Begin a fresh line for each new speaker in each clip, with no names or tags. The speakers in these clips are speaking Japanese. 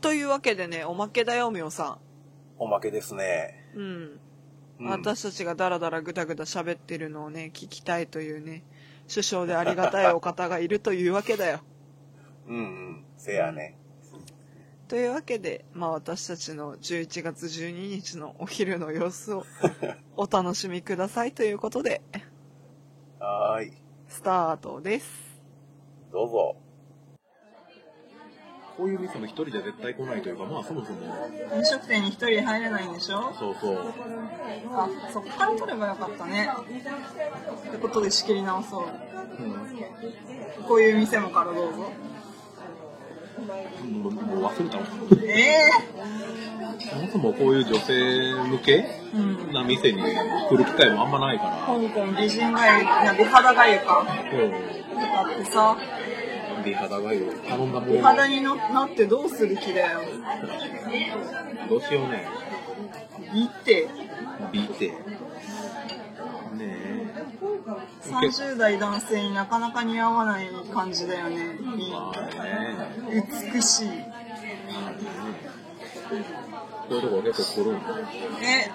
というわけでね、おまけだよ、みょうさ
おまけですね。
ん。うん。
うん
私たちがダラダラぐだぐだ喋ってるのをね、聞きたいというね、首相でありがたいお方がいるというわけだよ。
うんうん。せやね。
というわけで、まあ私たちの11月12日のお昼の様子 をお楽しみくださいということで、
はーい。
スタートです。
どうぞ。
こういう店も一人じゃ絶対来ないというか、まあそもそも、
飲食店に一人で入れないんでしょ
そうそう。
あ、そこから取ればよかったね。ってことで仕切り直そう。
う
こういう店もからどうぞ。
ん。もうもう忘れたの。
ええ
そもそもこういう女性向け
うん。
な店に来る機会もあんまないか
香港美人街、な美肌街か。
ら、うん。
だってさ、
美肌がよ。頼んだも
美
ん。
肌にななってどうする気だよ。
どうしようね。
いいって。
美って。ねえ。
30代男性になかなか似合わない感じだよね。いい
まあね。
美しい。
そういうとこ結構来るんだ。
え、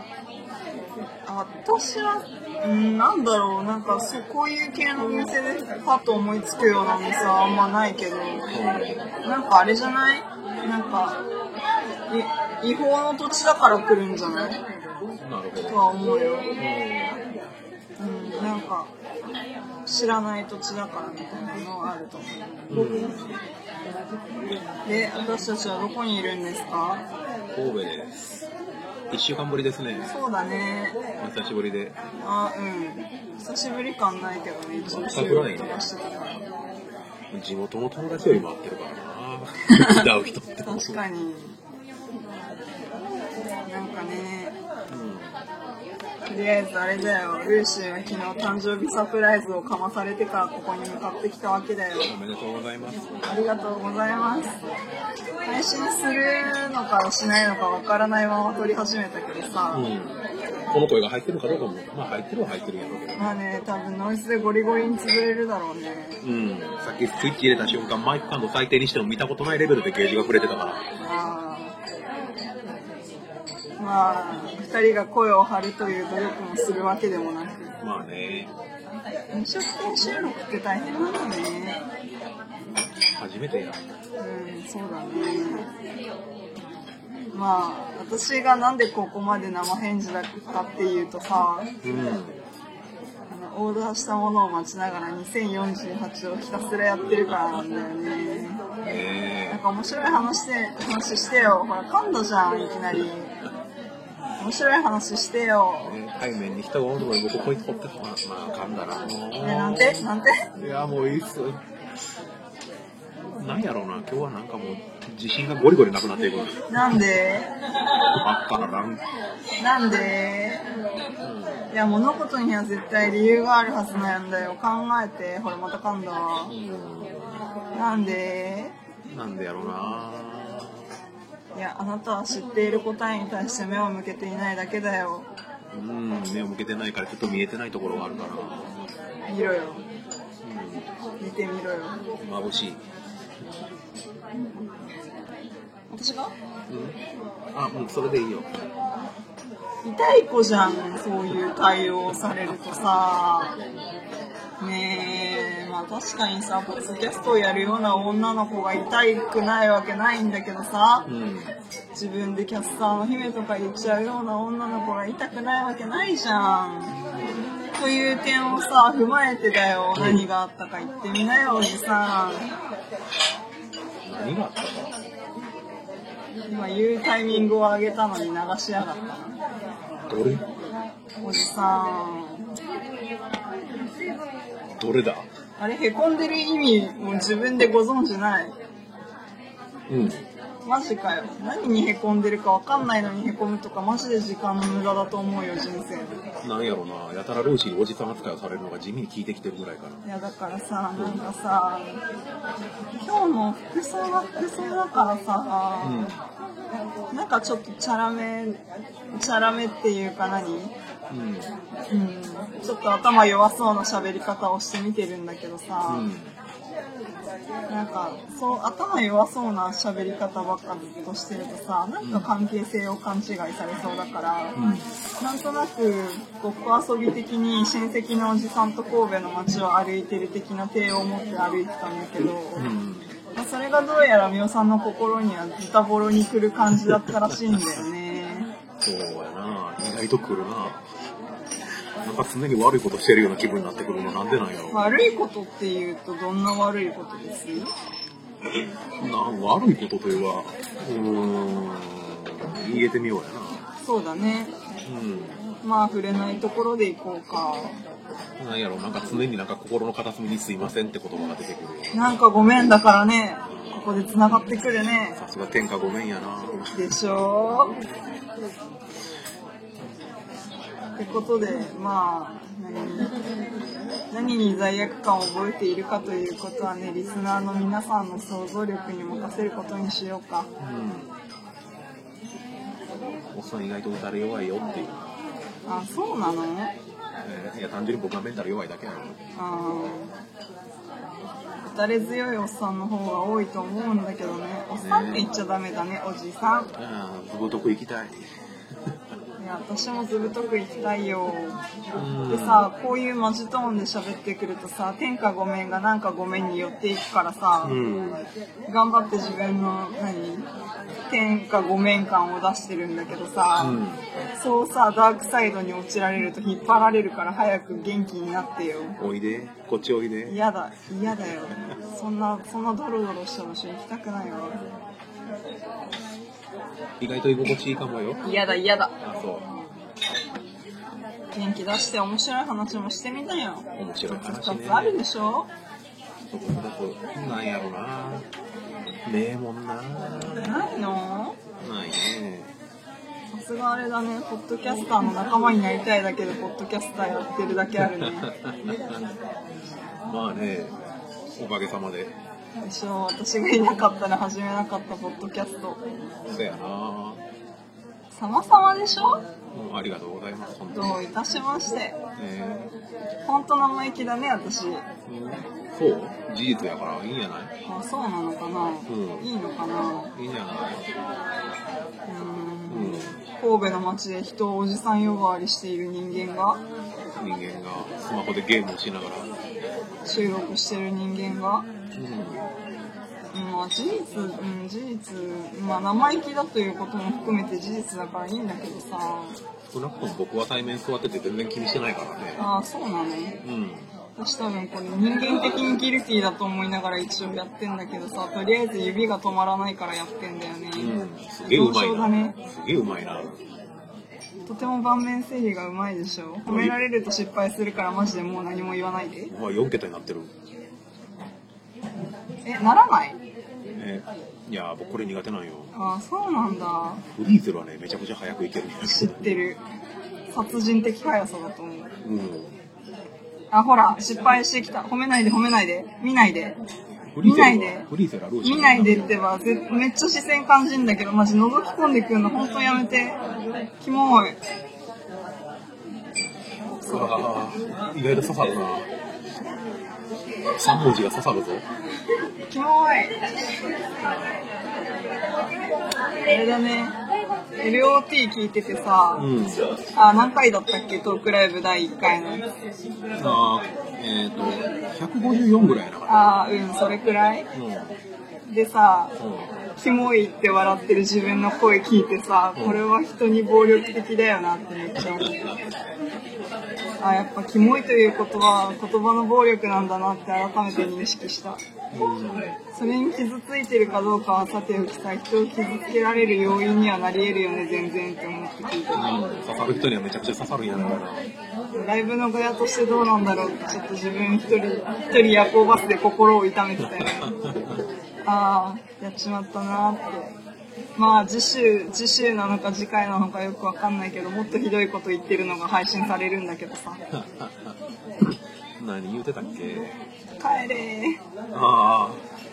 私は、うんなんだろう、なんかそう、こういう系のお店でパッと思いつくようなお店はあんまないけど、なんかあれじゃないなんか、い違法の土地だから来るんじゃない
なるほど
と。は思うよ。
うん
うん、なんか、知らない土地だからみたいなのはあると思
うん、
う。で、私たちはどこにいるんですか
神戸です。一週間ぶりですね。
そうだね。
お久しぶりで。
あ、うん。久しぶり感ないけどね、一応収録とかしてたから。
地元の友達よりも会ってるか らな。会う人って。
確かになんかねとりあえずあれだよルーシーは昨日誕生日サプライズをかまされてからここに向かってきたわけだよ
うん。おめでとうございます。
ありがとうございます配信するのかしないのかわからないまま撮り始めたけどさ、
うん。この声が入ってるかどうかも、まあ入ってるは入ってるんやろうけど。
まあね多分ノイズでゴリゴリに潰れるだろうね
うん。さっきスイッチ入れた瞬間、マイク感度最低にしても見たことないレベルでゲージが触れてたから。
あーまあ2人が声を張るという努力もするわけでもなく
まあね、
飲食店収録って大変なのね。
初めてや。
うん、そうだね。まあ、私がなんでここまで生返事だったかっていうとさ、
うん。
あのオーダーしたものを待ちながら2048をひたすらやってるからなんだよね。なん
ね
か面白い話で話してよ。ほら、噛んだじゃん、いきなり。面白い話して
え。
よ。
ね対面に人がおるのに、ここに掘って、まあ、まあ、噛んだな。
ね、なんてなんて
いや、もういいっす。なんやろうな、今日はなんかもう、自信がゴリゴリなくなっていく。
なんで
ばっかな、なん
なんでいや物事には絶対理由があるはずなんだよ考えてほらまた噛んだわなんで
なんでやろうない
やあなたは知っている答えに対して目を向けていないだけだよ
うん、目を向けてないから、ちょっと見えてないところがあるから。
見ろよ見てみろよ
うん、眩しい。
私が
うん。あ、うん、それでいいよ。
痛い子じゃんそういう対応をされるとさねえまあ確かにさポッドキャストをやるような女の子が痛くないわけないんだけどさ
うん。
自分でキャスターの姫とか言っちゃうような女の子が痛くないわけないじゃん。という点をさ、踏まえてだよ。何があったか言ってみなよ、おじさん。
何があったか。
今言うタイミングを上げたのに流しやがったな。
どれ
おじさん。
どれだ
あれ、へこんでる意味も自分でご存知ない。
うん。
マジかよ。何にへこんでるかわかんないのにへこむとか、マジで時間の無駄だと思うよ、人生で。
なんやろうな、やたらルーシーにおじさん扱いをされるのが地味に効いてきてるぐらいかな。
いやだからさなんかさ今日も服装が服装だからさ、なんかちょっとチャラめチャラめっていうか何
うん。うん。
うんちょっと頭弱そうな喋り方をしてみてるんだけどさ、なんかそう頭弱そうな喋り方ばっかずっとしてるとさなんか関係性を勘違いされそうだから、なんとなくごっこ遊び的に親戚のおじさんと神戸の街を歩いてる的な体を持って歩いてたんだけど、
うん。
まあそれがどうやらみおさんの心にはズタボロに来る感じだったらしいんだよね。
そうやな。意外と来るな。なんか常に悪いことしてるような気分になってくるのなんでなんやろ。
悪いことっていうとどんな悪いことです
な悪いことというか、うーん、言えてみようやな。
そうだね。まあ触れないところで行こうか。
うん。なんやろ、なんか常になんか心の片隅にすいませんって言葉が出てくるよ。
なんかごめんだからね。ここで繋がってくるね。
さすが天下ごめんやな。
でしょってことで、まあ、何に何に罪悪感を覚えているかということはね、リスナーの皆さんの想像力に任せることにしようか。
うん。おっさん意外と打たれ弱いよっていう。
あ、そうなのあ
えーいや、単純に僕はメンタル弱いだけやろ。
ー打たれ強いおっさんの方が多いと思うんだけどね。おっさんって言っちゃダメだね、おじさん。
ああ、ずぶとく行きたい。
いや、私もずぶとく行きたいよ。
うん
でさ、こういうマジトーンで喋ってくるとさ、天下ごめんがなんかごめんに寄っていくからさ、
うん。
頑張って自分の、何天下ごめん感を出してるんだけどさ、
うん。
そうさ、ダークサイドに落ちられると引っ張られるから早く元気になってよ。
おいで。こっちおいで。
嫌だ、嫌だよ。そんな、そんなドロドロした場所行きたくないわ。
意外と居心地いいかもよ。
嫌だ、嫌だ。
あ、そ
元気出して面白い話もしてみたよ。
う。面白い話
2
ね
つ。あるでしょ
そこそこそこなんやろな。ねえもんな。
ないの
ないね。
さすがあれだね、ポッドキャスターの仲間になりたいだけで、ポッドキャスターやってるだけあるね。
まあね、おかげさま
で
で。
しょ、私がいなかったら始めなかったポッドキャスト。
そやな。
様々でしょ
もうありがとうございます、本当に。
どういたしまして。
え
本当生意気だね、私。
ーうんそう事実やからいいんやない
あ、そうなのかな、
うん
いいのかない
いんやないう
ーん。
うん。
神戸の街で人をおじさん呼ばわりしている人間が、
人間がスマホでゲームをしながら。
収録してる人間が、
う
まあ事実、うん、事実、まあ生意気だということも含めて事実だからいいんだけどさ。
ん。少なくとも僕は対面座ってて全然気にしてないからね。
ああ、そうなのね。
うん。
私多分これ人間的にギルティだと思いながら一応やってんだけどさ、とりあえず指が止まらないからやってんだよね。
うん。すげえうまい
上だね
な。すげえうまいな。
とても盤面整理がうまいでしょ。褒められると失敗するからマジでもう何も言わないで。
うわ、4桁になってる。
え、ならない
えいや僕これ苦手なんよ
ああ、そうなんだ。
フリーゼルはねめちゃくちゃ早くいけるんです
知ってる。殺人的速さだと思う。
うん
あ、ほら、失敗してきた。褒めないで褒めないで。見ないで。
フリーゼ
見ない
ル
で
はフリーゼ
見ないでってば、ぜ
ルはルーシー
めっちゃ視線感じんだけど、マジ覗き込んでくるの本当やめて。キモい。
うわー意外と刺さるな3文字が刺さるぞ
キモい。あれだね。LOT 聞いててさ、
うん
あ、何回だったっけトークライブ第1回の。
あーえっ、と154ぐらいだから
あーうん、それくらい。
うんうん
でさ、キモいって笑ってる自分の声聞いてさ、これは人に暴力的だよなってめっちゃ思った。あ、やっぱキモいという言葉は言葉の暴力なんだなって改めて認識した。それに傷ついてるかどうかはさておきさ、人を傷つけられる要因にはなり得るよね、全然って思って聞いてた。
うん刺さる人にはめちゃくちゃ刺さるんやな
ライブの小屋としてどうなんだろうって、ちょっと自分一人、一人夜行バスで心を痛めてたよね。ああ、やっちまったなーって。まあ、次週、次週なのか次回なのかよくわかんないけど、もっとひどいこと言ってるのが配信されるんだけどさ。
何言うてたっけ
帰れー。
ああ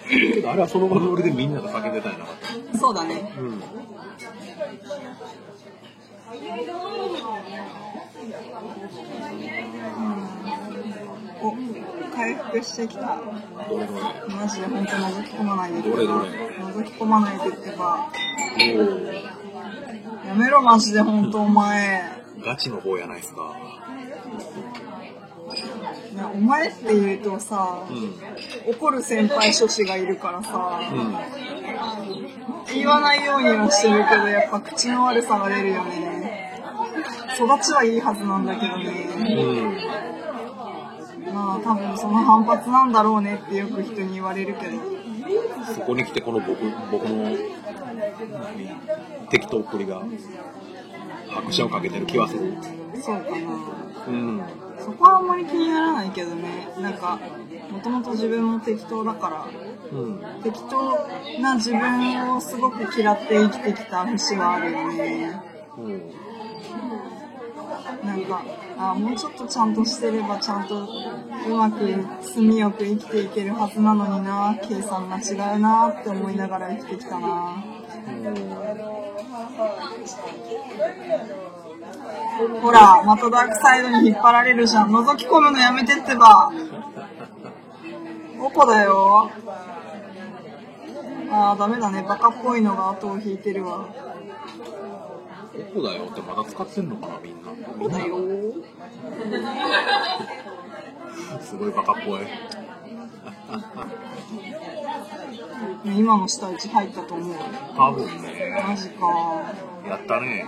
けどあれはその場のノリでみんなが叫んでたんやなかった。
そうだね。
うん。
お、回復してきた。
どれどれ。
マジで本当覗き込まないでく
どれどれ
覗き込まないでってば。
おー
やめろ、マジで本当お前。
ガチの方やないですか。
ねお前って言うとさ、
うん。
怒る先輩諸子がいるからさ、
うん。
言わないようにはしてるけど、やっぱ口の悪さが出るよね。育ちはいいはずなんだけどね。
うん。
まあ多分その反発なんだろうねってよく人に言われるけど。
そこに来てこの僕、僕の適当っぷりが拍車をかけてる気はする。
そうかな。
うん。
そこはあんまり気にならないけどねなんかもともと自分も適当だから
うん。
適当な自分をすごく嫌って生きてきた節はあるよね
うん。
なんかあもうちょっとちゃんとしてればちゃんとうまく住よく生きていけるはずなのにな計算が違うなって思いながら生きてきたなほらまたダークサイドに引っ張られるじゃん覗き込むのやめてってばおこだよあーダメだねバカっぽいのが後を引いてるわ
ここだよってまだ使ってんのかな、みんな。みんなすごいバカっぽい。
ね今の下打ち入ったと思う
多分ね、
マジか
やったね。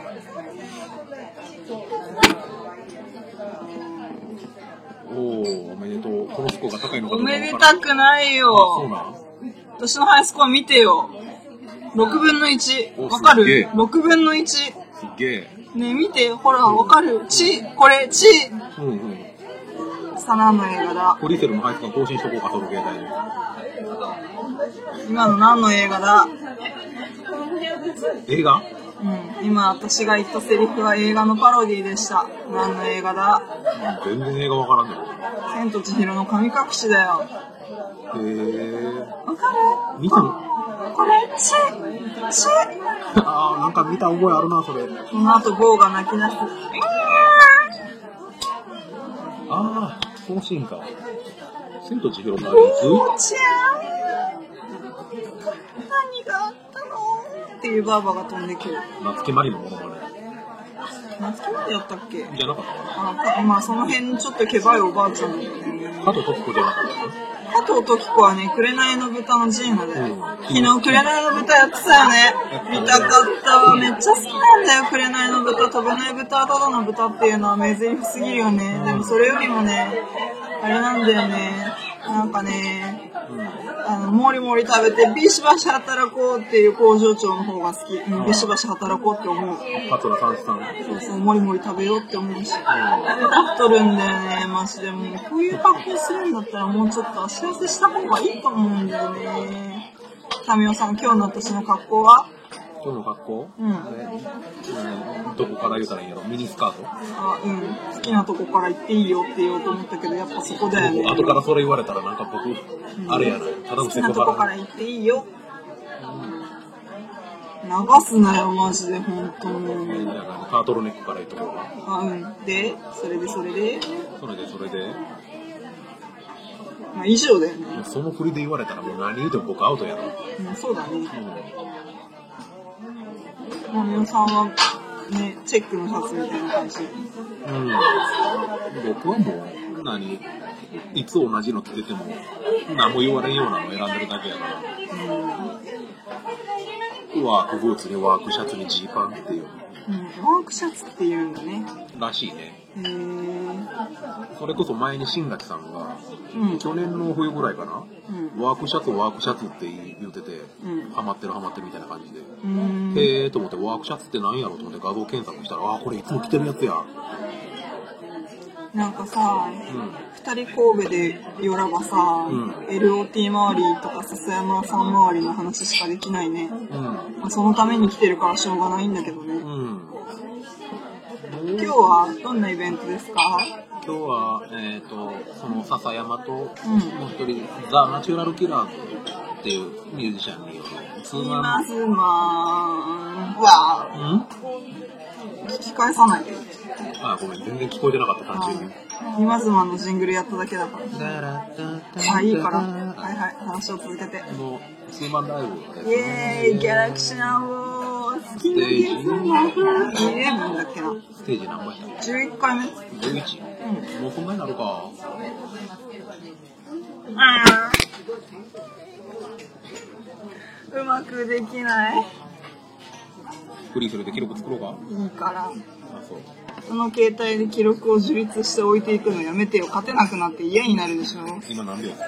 おお、おめでとう。このスコアが高いのか
お
どう
め
かわ
で
から
た
ん
くない
そう
よ
なん
私のハイスコア見てよ6分の1
お
わか
すっげえ
る6分の1
すっげえ。
ねえ見てほらわかるちこれち
うんうん。
サナの映画だ
ポリセルの配置を更新しとこうか、その携帯で。
今の何の映画だ
映画
うん、今私が言ったセリフは映画のパロディでした。何の映画だ
全然映画わから
千と千尋の神隠しだよ。
んねへえ。
わかる
見たの
これ、チェチェ
ああ、なんか見た覚えあるな、それ。
この後、ゴーが泣き出す。
ああ、このシーンか。千と千尋の
ゴーちゃん何があったのっていうバーバが飛んでくる。
夏木マリのものまね。
夏木までやったっけ
じゃなかったかな。
あ、たまあその辺ちょっとケバいおばあちゃんだよね。
加藤時子じゃなかっ
加藤時子はね、紅の豚のジーナで、
うん
昨日紅の豚やってたよね。見たかったわ。めっちゃ好きなんだよ、紅の豚。飛ばない豚、ただの豚っていうのは名台詞すぎるよね。でもそれよりもね、あれなんだよね。なんかね、あの、もりもり食べて、ビシバシ働こうっていう工場長の方が好き。うん、ビシバシ働こうって思う。
たかな。桂三枝さん。
そうそう、もりもり食べようって思うし。食べたくとるんだよね、マジで。もう、こういう格好するんだったら、もうちょっと足痩せした方がいいと思うんだよね。民生さん、今日の私の格好は
今日の格好
うん。
うん。どこから言うたらいいんやろミニスカート
あ、うん。好きなとこから行っていいよって言おうと思ったけど、やっぱそこだよね。
後からそれ言われたらなんか僕、あれやな。た
好
だの
き
セ
な
ク
とこ
ハ
か
ラ。
ら行っていいよ。流すなよ、マジで、ほんと
い
に。
やなんかタートルネックから言うところが。
あ、うん。で、それでそれで、
それでそれで。
まあ、以上だよね。
その振りで言われたらもう何言うても僕アウトやな。
うん、そうだね。
うん
まみおさんはね、チェックのシャツみたいな感じ。
うん、僕はもう何いつ同じの着てても何も言われんようなの選んでるだけやからワークブーツにワークシャツにジーパンっていう
うん、ワークシャツっていうんだね。
らしいね
へー
それこそ前に新垣さんが
うん、
去年の冬ぐらいかな、
うん
ワークシャツワークシャツって言うてて、
うん
ハマってるハマってるみたいな感じで、
うん。
へえーと思ってワークシャツって何やろうと思って画像検索したらああこれいつも着てるやつや
なんかさ、
うん
二人神戸で寄らばさ、
ん
LOT 周りとか笹山さん周りの話しかできないね。
うん
まあそのために来てるからしょうがないんだけどね。
うん
今日はどんなイベントですか
今日は、えっ、と、その笹山と、も
ん
う一人、ザ・ナチュラルキラーズっっていうミュージシャンによるツー
い
マ
ま
ン、
すまーん。わ
ん
ー、聞き返さないで。
あ、ごめん、全然聞こえてなかった、単純に。
いますまのジングルやっただけだから。あ、いいから。はいはい、話を続けて。
のツーマンライブです
イエーイ、ギャラクシーナウォー好きなゲームな。11だっけな。
ステージ何番やっ
11回目。
た ?11?
うん。
もうそんなになるか。
あーうまくできない。
フリーそれで記録作ろうか。
いいから。
あ、そう。
その携帯で記録を樹立して置いていくのやめてよ。勝てなくなって嫌になるでしょ。
今何秒ですか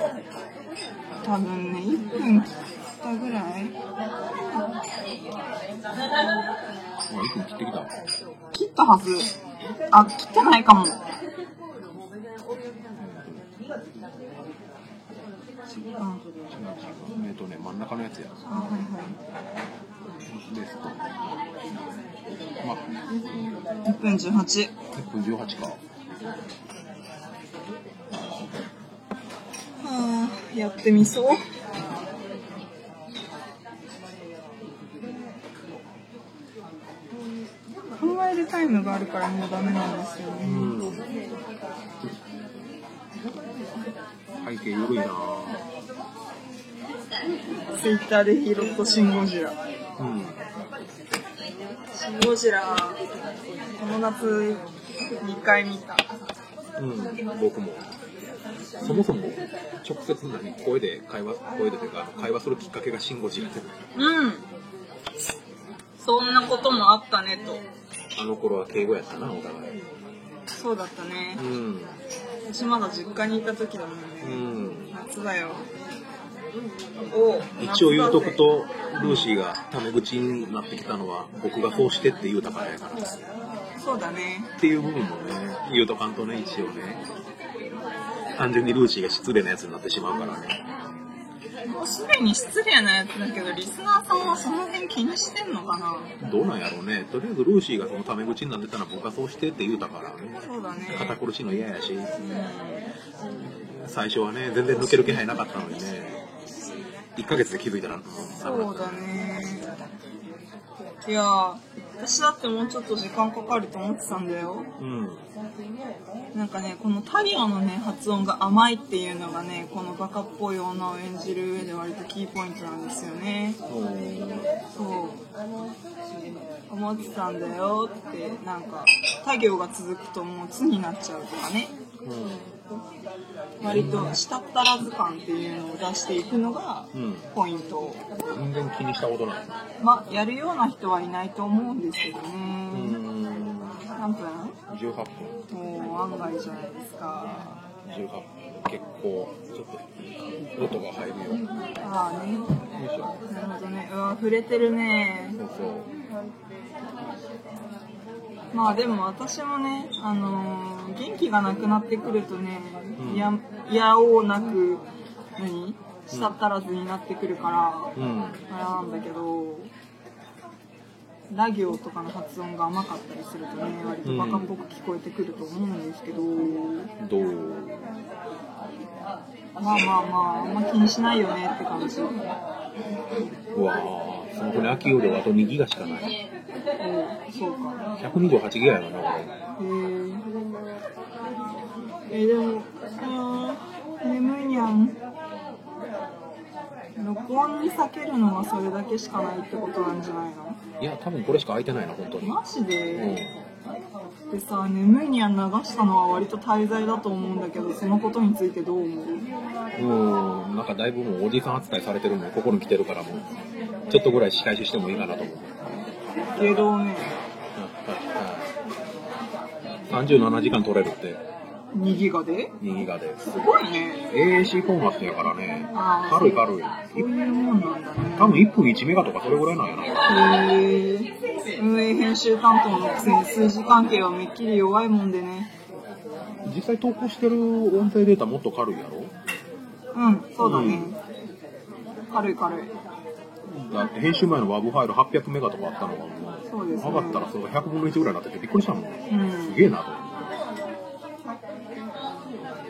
多分ね、1分切ったぐらい。
もう1分切ってきた。
切ったはず。あ、切ってないかも。うん
違う違うえっとね、真ん中のやつや。
あはいは
ですと。まあ、
い。1分18。
1分18か。
はあ、やってみそう。考えるタイムがあるからもうダメなんですよ
う
ね。
ん。背景緩いなぁ。
ツイッターで拾ったシン・ゴジラ。
うん。
シン・ゴジラ、この夏2回見た。
うん、僕も。そもそも、直接何声で会話、声でというか、あの会話するきっかけがシンゴジラで、
うん。そんなこともあったねと。
あの頃は敬語やったな、お互い。
そうだったね
う。ん。
私まだ実家にいた時だもん
う
ね。
ん。
夏だよ。お
一応言うとく。と、ルーシーがタメ口になってきたのは、僕がこうしてって言うたからやから。っ
夏だぜそうだね。
ていう部分もね、言うとかんとね、一応ね。単純にルーシーが失礼なやつになってしまうからね。
もうすでに失礼なやつだけど、リスナーさんはその辺気にしてんのかな
どうなんやろうね。とりあえずルーシーがそのタメ口になってたら僕がそうしてって言うたからね。
そうだね。
肩苦しいの嫌やし。
うん
最初はね全然抜ける気配なかったのにね1ヶ月で気づいたら
そうだね。いやー、私だってもうちょっと時間かかると思ってたんだよ。
うん
なんかね、このタ行のね、発音が甘いっていうのがね、このバカっぽい女を演じる上で割とキーポイントなんですよね。そう。思ってたんだよって、なんか、他行が続くともうつになっちゃうとかね。割と舌ったらず感っていうのを出していくのが
うん
ポイント。
全然気にしたことない
まあ、やるような人はいないと思うんですけど
う
ね。
ん
何分
18分
もう案外じゃないですか。
18分結構ちょっと音が入るよよ
ああね。
いしょ
なるほどね。うわ、触れてるね。
そう
まあでも私もね、あのー元気がなくなってくるとね、
うん
いや、いやおうなく、何したったらずになってくるから、
そううん
あれなんだけど、ラ行とかの発音が甘かったりするとね、割とバカっぽく聞こえてくると思うんですけど、
どう
まあまあまあ、あんま気にしないよねって感じ。
うわあスマホに秋よりあと2ギガしかない
おそうか。
128ギガやからなこれ
へーえー、でも、あー眠いにゃん。録音に避けるのはそれだけしかないってことなんじゃないの
いや多分これしか空いてないな本当に
マジ
うん
で、でさ、眠いにゃん流したのは割と滞在だと思うんだけど、そのことについてどう思う
うん、なんかだいぶもうおじさん扱いされてるのに心に来てるからもう、ちょっとぐらい仕返ししてもいいかなと思う。
下道ね、
37時間取れるって、
2ギガで
2ギガで。
すごいね。
AAC フォーマットやからね
あ、ー
軽い軽い。
そういうもんなんだね。
多分1分1メガとかそれぐらいなんやな。
へー運営編集担当のくせに数字関係はめっきり弱いもんでね。
実際投稿してる音声データもっと軽いやろ
うん、そうだね。
うん
軽い軽い。
だって編集前の WAV ファイル800メガとかあったのがもう、
そうですね。
上がったらそれが100分の1ぐらいになっててびっくりしたもん。
う
す
ん。
げえなと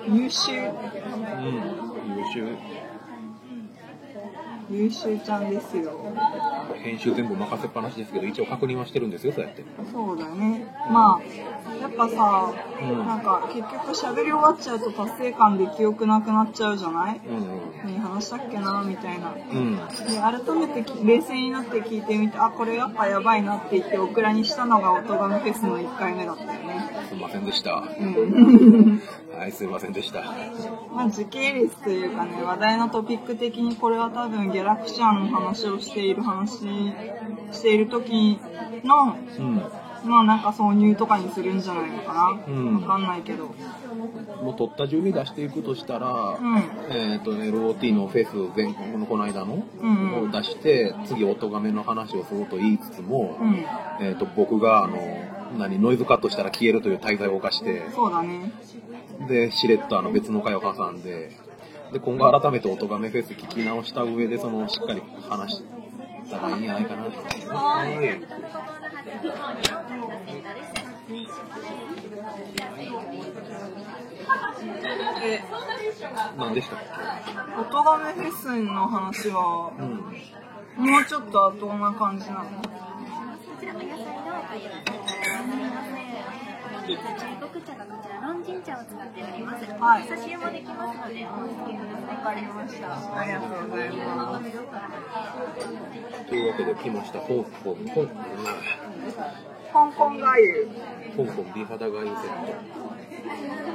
思って。
優秀。
うん、優秀。
優秀ちゃんですよ。
編集全部任せっぱなしですけど、一応確認はしてるんですよ、そうやって。
そうだね。まあ、やっぱさ、
うん
なんか結局喋り終わっちゃうと達成感で記憶なくなっちゃうじゃない
うんうん。
何話したっけなみたいな。で、
うん。
改めてき冷静になって聞いてみて、あ、これやっぱやばいなって言ってオクラにしたのが音ガフェスの1回目だったよね。
すいませんでした。
うん。
はい、すいませんでした。
まあ時系列というかね、話題のトピック的にこれは多分ギャラクシアンの話をしている話、している時の
うん。
まあなんか挿入とかにするんじゃないのかな、
うん
わかんないけど
もう取った順に出していくとしたら、
うん
えっ、と、LOT のフェス全国のこの間の、
うん
を出して、次、音亀の話をすると言いつつも、
うん
えっ、と、僕が、あの、何、ノイズカットしたら消えるという滞在を犯して、
そうだね
で、しれっとあの別の回を挟んで、で、今後改めて音亀フェス聞き直した上で、その、しっかり話したらいいんじゃないかなと思います。はい
え
何でしたっ
音とめフェスの話は
けうん。
もうちょっとどんな感じなの
ごく茶がこちら、ロンジン茶を使っております。
はい
差し湯もできますので、お好きください。
わかりましたありがとうございます
というわけで来ました、香港、香港、
香港がゆ
香港美肌がいいセット。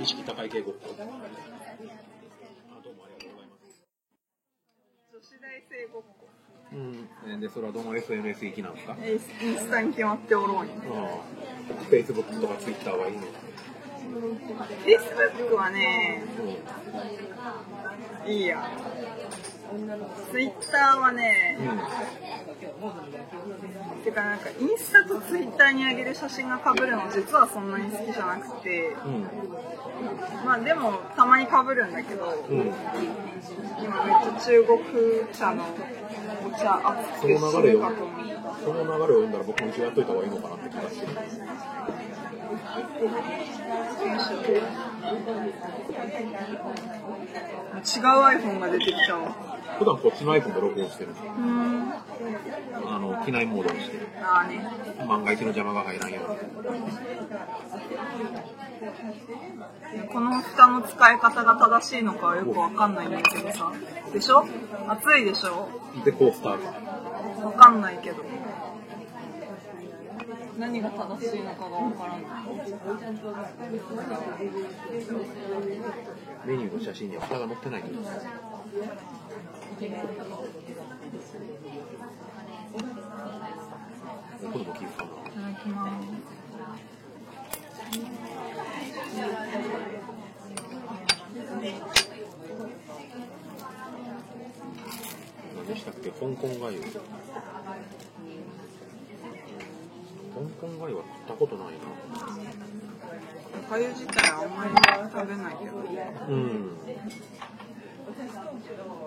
意識高い傾
女子
向。
大生ごっこ
うん、えーで、それはどの SNS 行きなんですか
えインスタに決まっておろうに
ああ、Facebook とか Twitter はいいの、
Facebook はね
う
いいや Twitter はね、
ん、うん、
てかなんかインスタと Twitter に上げる写真が被るの実はそんなに好きじゃなくてまあでもたまにかぶるんだけど、
うん、うん。
今めっちゃ中国茶のお茶熱くて
その流れ
死ぬ
よ
かと思う
その流れを読んだら僕も一応やっといた方がいいのかなって気がしてる。
違う iPhone が出てきたわ
普段こっちの iPhone で録音してるんです
うーんあ
あの、機内モードにしてる。
あね
万が一の邪魔が入らんように。
この蓋の使い方が正しいのかはよくわかんないんだけどさでしょ熱いでしょ
で、コースターが。
わかんないけど何が正しいのかがわからない
メニューの写真には蓋が載ってないけど。これも気づかない
ただきます
何でしたっけ香港がゆ香港がゆは食ったことない
おかゆ自体あんまり食べないけど
なうん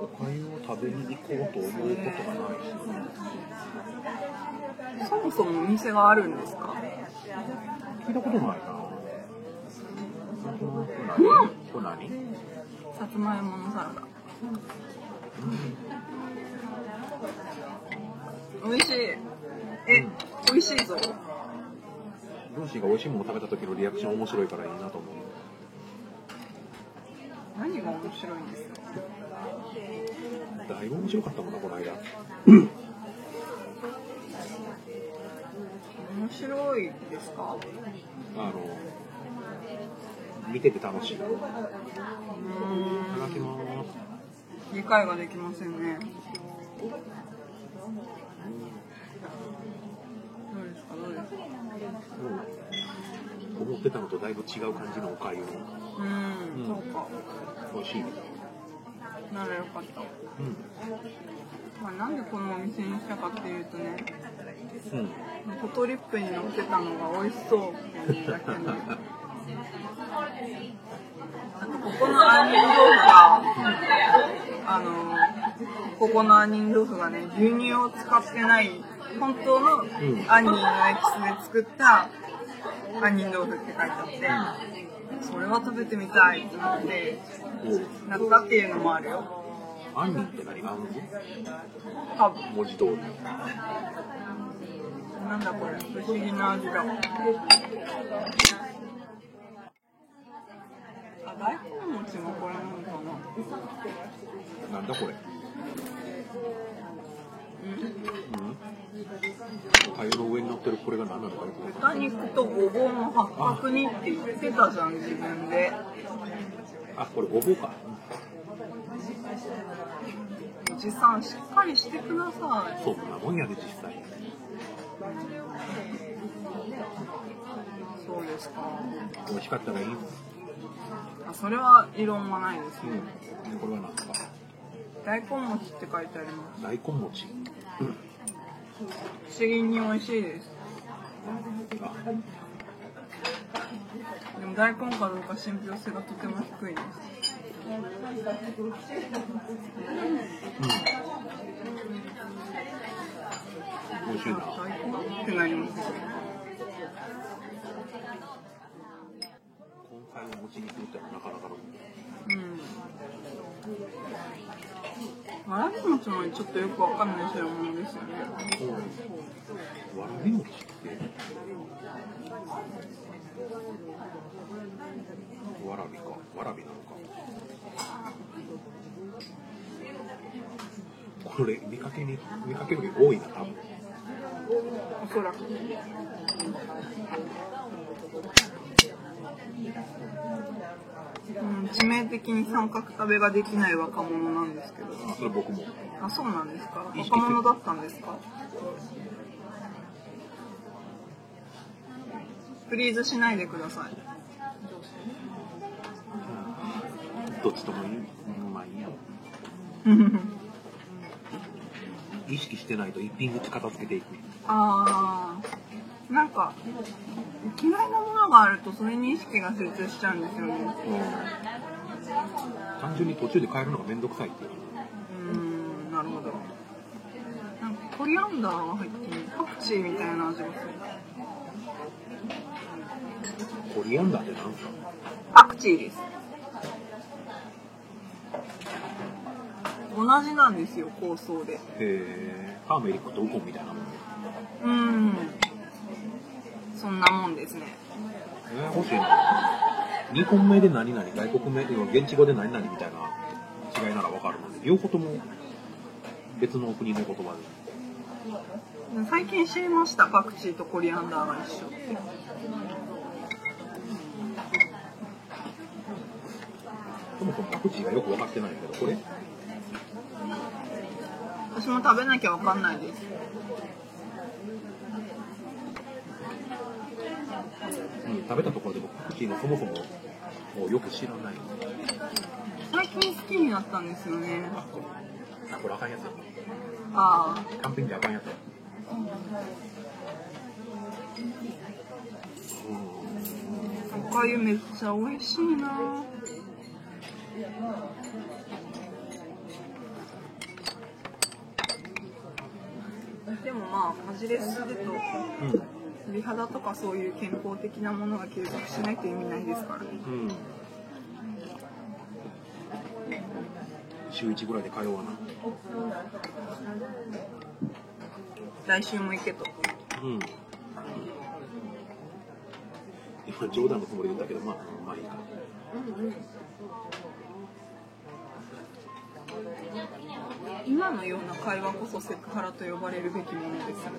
おかゆを食べに行こうと思うことがないし
そもそもお店があるんですか
聞いたことないなこれ何これ何
さつまいものサラダ美味しいえ美味しいぞ
ルーシーが美味しいもの食べた時のリアクション面白いからいいなと思う
何が面白いんですか
だいぶ面白かったもんなこの間
面白いですか
あの見てて楽しいういただ
ーん
きます
理解ができませんねどうですかどうですか
うん思ってたのとだいぶ違う感じのおかゆ
うーん
う
そ
ん
うか
美味しい
ならよかった
う
まあ、なんでこのお店にしたかっていうとね
んうん
コトリップに乗ってたのが美味しそうっていうだけでここの杏仁豆腐があのここの杏仁豆腐がね牛乳を使ってない本当の杏仁のエキスで作った杏仁豆腐って書いてあって、それは食べてみたいってなって
お
なったっていうのもあるよ
杏仁って何杏
多分
仁文字通り。
なんだこれ不思議な味だあ大根餅もこれなのかな
なんだこれ。
うん
うん。タイの上に乗ってるこれが何なのかよくわかんない
豚肉とごぼうの八角煮って言ってたじゃん自分で
あ、これごぼうか。
おじさんしっかりしてください
そんなもんやで、実際。
そうですか
美味しかったらいいの。
あそれは異論はないです
う
ね、
ん。これは何ですか
大根餅って書いてあります
大根餅。うん。
不思議に美味しいです
あ、
でも大根かどうか信憑性がとても低いです
美味しいな。
大根ってなります
根菜を餅にするってのはなかなかの。
うんわらび餅もちょっとよくわかんない代物ですよね
わらび餅って。わらびか、わらびなのか。これ見かけに、見かけるより多いな、多分。
おそらくうん、致命的に三角食べができない若者なんですけど
あ、それ僕も。
あそうなんですか
意識
若者だったんですかフリーズしないでください
どっちともいい。うんまあいいや。意識してないと一品ずつ片付けていく。
ああなんか嫌いなものがあるとそれに意識が集中しちゃうんですよね
単純に途中で変えるのがめんどくさいっていう。
うーんなるほどなんかコリアンダーが入ってるパクチーみたいな味がする
コリアンダーってなんすか
パクチーです同じなんですよ構想で
えー、ターメリックとウコンみたいなもんね。
うーんそんなもんですね
えー、欲しいな。2本目で何々、外国名、要は現地語で何々みたいな違いならわかるので、両方とも別の国の言葉で。
最近知りましたパクチーとコリアンダーが一緒って
そもそもパクチーがよく分かってないけど、これ、
私も食べなきゃわかんないです
うん、食べたところで僕、パクチーのそもそももうよく知らない。
最近好きになったんですよね
あ、これ、あ、これあかんやつや。
あ
単品であかんやつや。うん
あおかゆめっちゃ美味しいなでもまあ味レスすると
うん
美肌とかそういう健康的なものが継続しないと意味ないですからね
うん週1ぐらいで通わな
来週も行けと
うん今冗談のつもりで言ったけどまあまあいいか
今のような会話こそセクハラと呼ばれるべきものですよね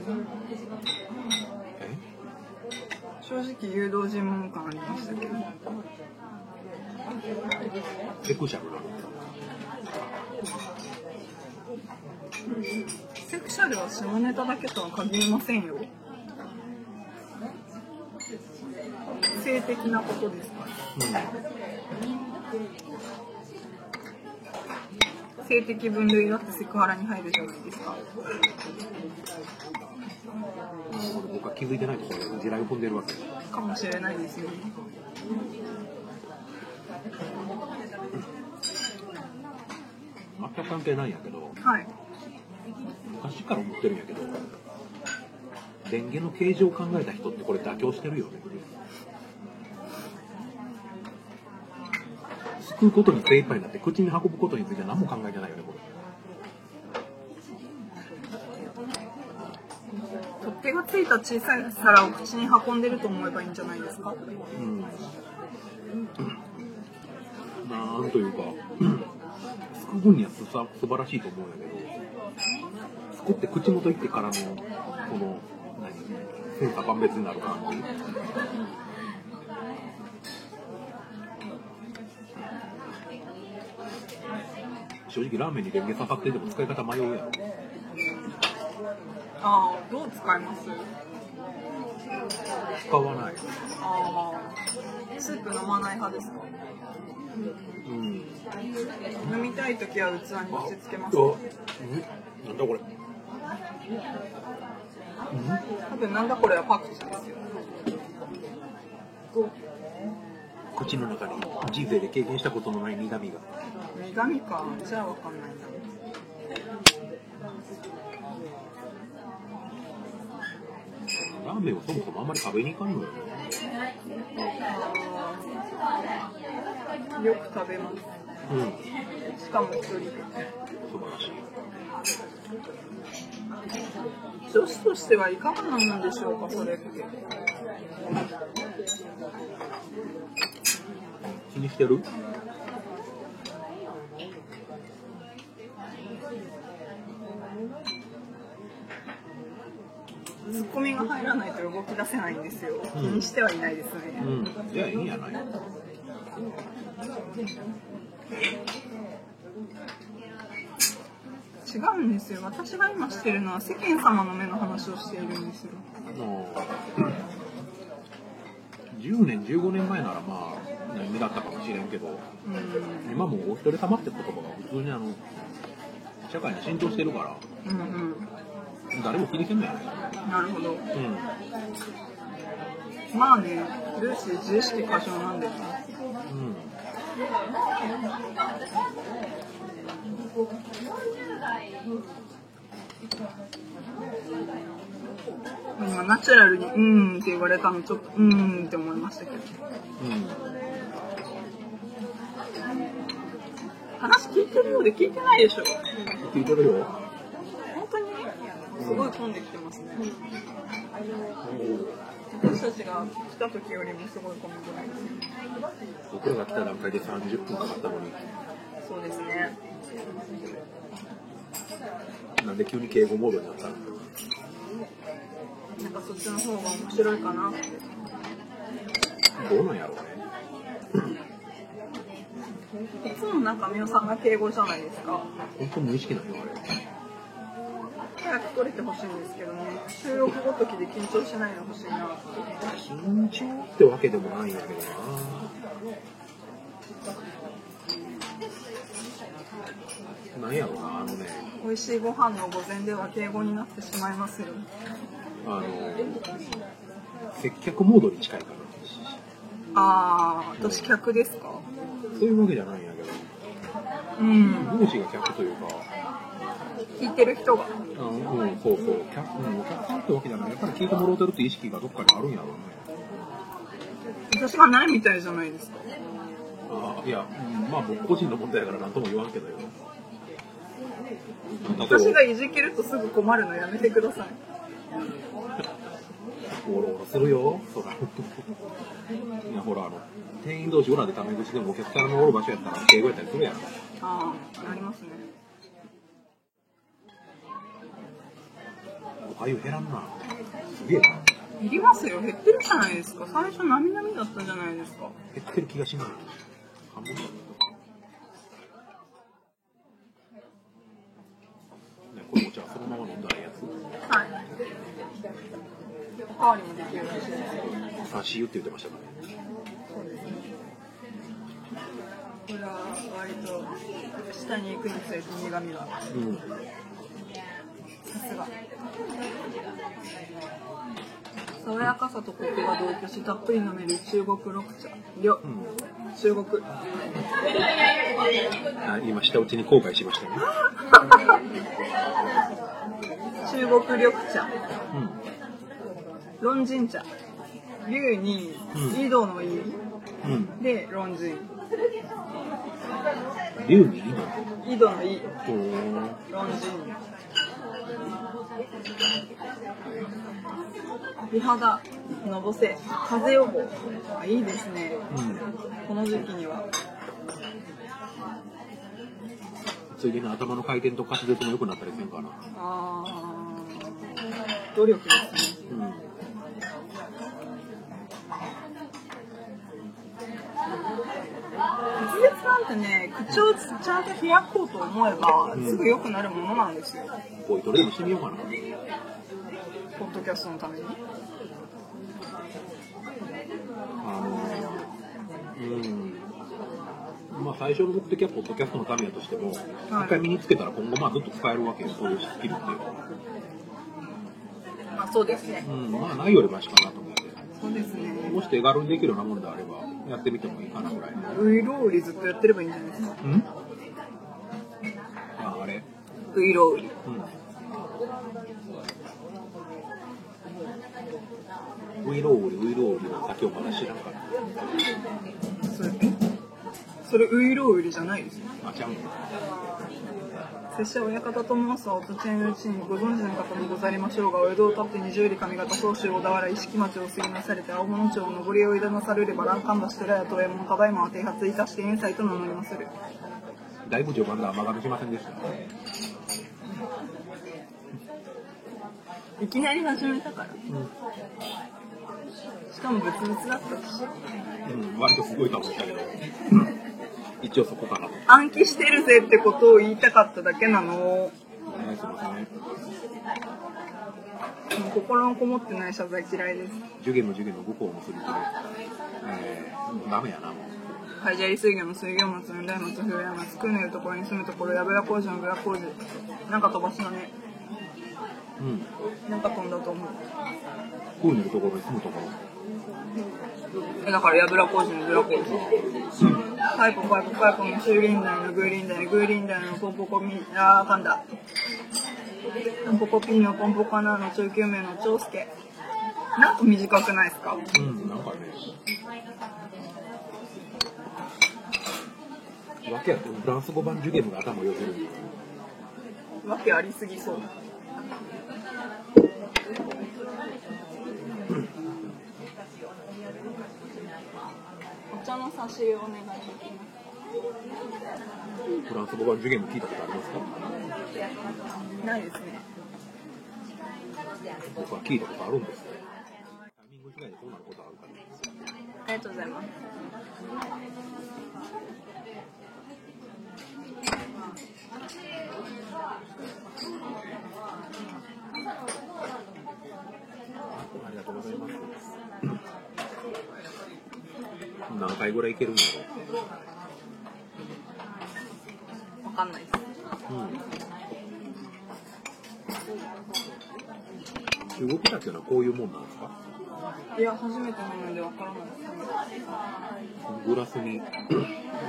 え
正直誘導尋問感ありましたけど
セクシャルなの
セクシャルは下ネタだけとは限りませんよ性的なことですから性的分類だってセクハラに入るじゃないですか
うんなるほど僕は気づいてないところで地雷を踏んでるわけ
かもしれないですよね
全く関係ないんやけど
はい
昔から思ってるんやけど電源の形状を考えた人ってこれ妥協してるよねくうことに精一杯になって、口に運ぶことについては何も考えてないよね、これ。
取っ手がついた小さい皿を口に運んでると思えばいいんじゃないですか
うん。なんというか、すく分にはすさ素晴らしいと思うんだけど、すくって口元行ってからの、この、何、千差万別になる感じ。正直ラーメンにレンゲ刺さってても使い方迷うやろ。
ああどう使います
使わない。
ああスープ飲まない派ですか
うん。
飲みたい時は器に押し付けます
あうんなんだこれ。
多分なんだこれはパクチーですよ
口の中に人生で経験したことのない苦味が。
苦味かじゃあわかんないな
ラーメンをそもそもあんまり食べに行かんのよね。
よく食べま
うん。
すしかも一人で
素晴らしい。
女子としてはいかがなのでしょうかそれって
気にしてる
ツッコミが入らないと動き出せないんですよ気にしてはいないですね、
ん。じゃあいいんやない
違うんですよ私が今してるのは世間様の目の話をしているんですよ
もう、10年、15年前ならまあ、悩みだったかもしれんけど、
うん
今もうお一人様って言葉が普通にあの、社会に浸透してるから、
うんうん
誰も気にせんのやない
なるほど
うん。
まあねルーシー自意識過剰なんだよね
うん。
今ナチュラルに「うーん」って言われたのちょっと「うーん」って思いましたけど
うん。
話聞いてるようで聞いてないでしょ
聞いてるよ。
本当にすごい混んできてますね私たちが来た時よりもすごい混んでないですね
僕らが来た段階で30分かかったのに、
そうですね
なんで急に敬語モードになったの
なんかそっちの方が面白いかなって
どうなんやろうね。
いつもなんか美桜さんが敬語じゃないですか
本当無意識なのよ、あれ。
早く取れてほしいんですけどね収録ごときで緊張しないの欲しいな
緊張ってわけでもないんやけどな。なんやろうな、あのね、
美味しいご飯の午前では敬語になってしまいますよ
あの、接客モードに近いかな。
ああ私客ですか
そういうわけじゃないんやけど、
うん
上司が客というか、
聞いてる人が
あうん、そうそう、客、うん、お客さんってわけじゃない。やっぱり聞いてもろうてるって意識がどっかにあるんやろうね。
私がないみたいじゃないですか
あいや、うんまあ僕個人の問題やから何とも言わんけどよ。
私が
例え
いじけるとすぐ困るのやめてください
ば、オロオロするよ、そら。 いや、ほら、あの、店員同士裏でタメ口でもお客さんのおる場所やったら敬語やったりするやん。
ああありますね
ああいう減らんな。すげえな。
いりますよ減ってるじゃないですか最初なみなみだったじゃないですか
減ってる気がしない。半分だねこれもじゃあそのまま飲んだらええやつ
はいおかわりもできるらしいですよ
差し湯って言ってましたからね
これは割と下に行くにつれて苦味が
うん
さすが爽やかさとコクが同居したっぷり飲める中国緑茶緑
うん
中国
あ今下打ちに後悔しましたね
中国緑茶
うん
論人茶龍に
うん
井戸の井
うん
で論人
竜に井戸
井戸の井、
ほー
ロンジン。美肌、のぼせ、風邪予防。あ、いいですね。
うん
この時期には。
ついでに頭の回転と滑舌も良くなったりせんかな
あー努力ですね。
うん
滑舌なんてね、口をちゃんと開こうと思えば、すぐ良くなるものなんですよ。
ボイトレでもしてみようかな
ポッドキャストのために。
あのうんまあ最初の目的はポッドキャストのためやとしても、
はい
一回身につけたら今後まあずっと使えるわけよそういうスキルっていうのは
あ、そうですね。
うんまあないよりマシかなと思って
そうですね。
もし手軽にできるようなものであればやってみてもいいかなぐらいの
ウイロウリずっとやってればいいんじゃないですか。
うんああれ
ウイロウリ。
うんウイロウリウイロウリの先をまだ知らんから
それ、えそれウイロウリじゃないですよ。
あちゃうんだ
拙者親方と申すおとちえのうちにご存知の方もござりましょうが、お江戸を立って二十里上方、総州小田原、一色町を過ぎなされて、青物町を上りをいだなされれば、欄干橋寺や戸右衛門、ただいまは停発いたして、遠斎と名乗りまする。
だいぶ序盤で甘噛みしませんでした
いきなり始めたから。しかもブツブツだったし。
うん、割とすごいと思ったけど、一応そこかなと。
暗記してるぜってことを言いたかっただけなの。
ね、すいません。
心のこもってない謝罪嫌いです。
受験の受験の僕をもするけど、えー、もうダメやな、もう。
海砂利水魚の水魚松、雲台松、風屋松、食うねるところに住むところ、やぶら工事のぶら工事。なんか飛ばすのね。
うん。
なんか飛んだと思う。
食うねるところに住むところ。
えだから、やぶら工事のぶら工事。パイポパイポパイポの水林台のグーリン台のグーリン台のポンポコミ、あー、あかんだ。ポンポコピーのポンポコアナの中級名の長介。なんか短くないですか
うん、なんかね。わけやって、フランス語版受験の頭をよせるんだよ
わけありすぎそう。お茶の差し入れお願いし
フランス語版受験も聞いたことありますか
ます。ないですね。
僕は聞いたことあるんですよ。タイミング以外でそうなることはあるから。
ありがとうございます。
ありがとうございます。何回ぐらいいけるんだ
わかんないです。
ろう。うん。動きだっていうのはこういうもんなんですか
いや、初めてなのでわからないです、ね。
グラスに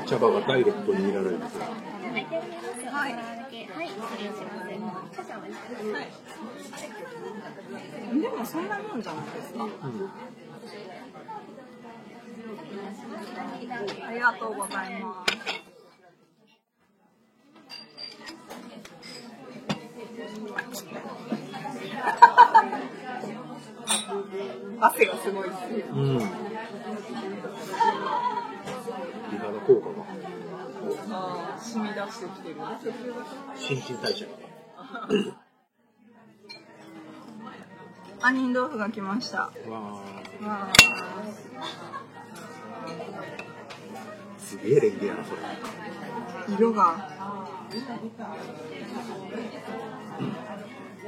茶葉がダイレクトに入れられるんですよ。
はい、手を見ますよ。はい、はい、失礼します。少々お待ちください。
でもそんなもんじゃないですか。ありがとうございます。汗がすごいっすよ。
うん。美肌効果が、
ああ、染み出してきてる。
新陳代謝が。
杏仁豆腐が来ました。
わ
わ
ー、すげえレンゲやな、それ。
ー色が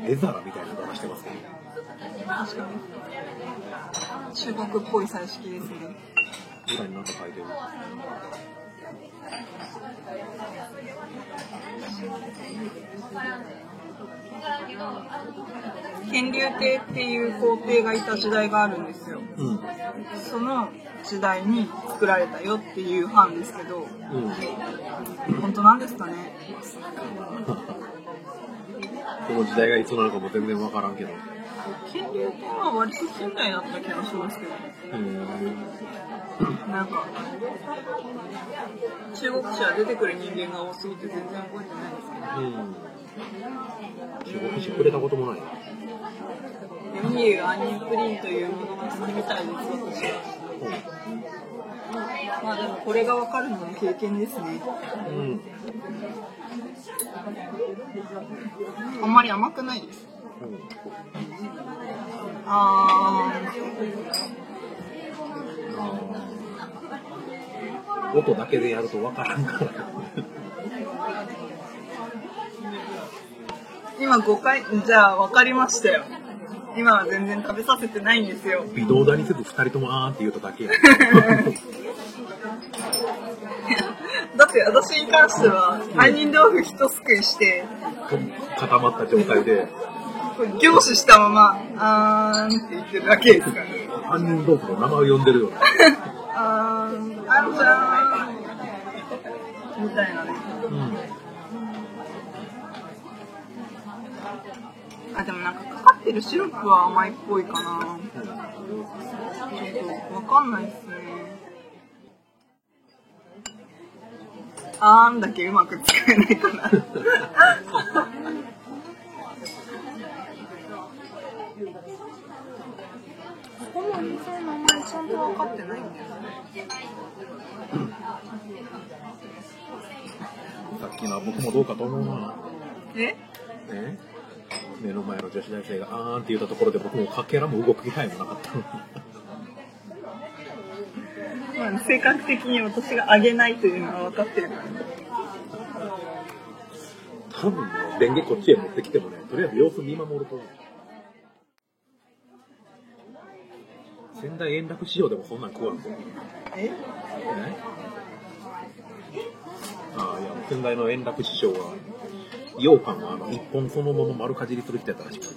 絵皿みたいな柄してますね。
確かに中国っぽい彩色ですね。
裏になんか書いてる。
乾隆帝っていう皇帝がいた時代があるんですよ。
うん。
その時代に作られたよっていう版ですけど、
うん。
本当なんですかね。
この時代がいつなのかも全然わからんけど。へ
金流天は割と近代だった気がしますけど。
え。
なんか中国史は出てくる人間が多すぎて全然覚えてないですけど
うん。中国史触れたこともないな。
読みアニープリンというものが好きみたいです私はまあでもこれが分かるのも経験ですね
うん。
あんまり甘くないですあ
うん。音だけでやるとわからんから。
ー今5回じゃあ分かりましたよ今は全然食べさせてないんですよ
微動だにせず二人ともあーって言うただけや。
だって私に関しては杏仁豆腐一すくいして
固まった状態で、
こう凝視したままあーんって言ってるだけですからね
犯人豆腐の名前を呼んでるような。
あーんあんちゃーんみたいなね
うん。
あでもなんかかかってるシロップは甘いっぽいかなちょっとわかんないっすねあーんだけうまく使えないかなここのお店の名前ちゃんと分かってないんだよね
さっきのは僕もどうかと思うな。
え
ね目の前の女子大生があーんって言ったところで僕もかけらも動く気配もなかったのに。
まあ、性格的に私があげないというのは分かってるから
多分ね、電源こっちへ持ってきてもね、とりあえず様子見守ると思う。仙台円楽市場でもそんなん食わんぞ。ね
え
ああ、いや、仙台の円楽師匠は、羊羹はあの、一本そのもの丸かじりする人やったらしくて。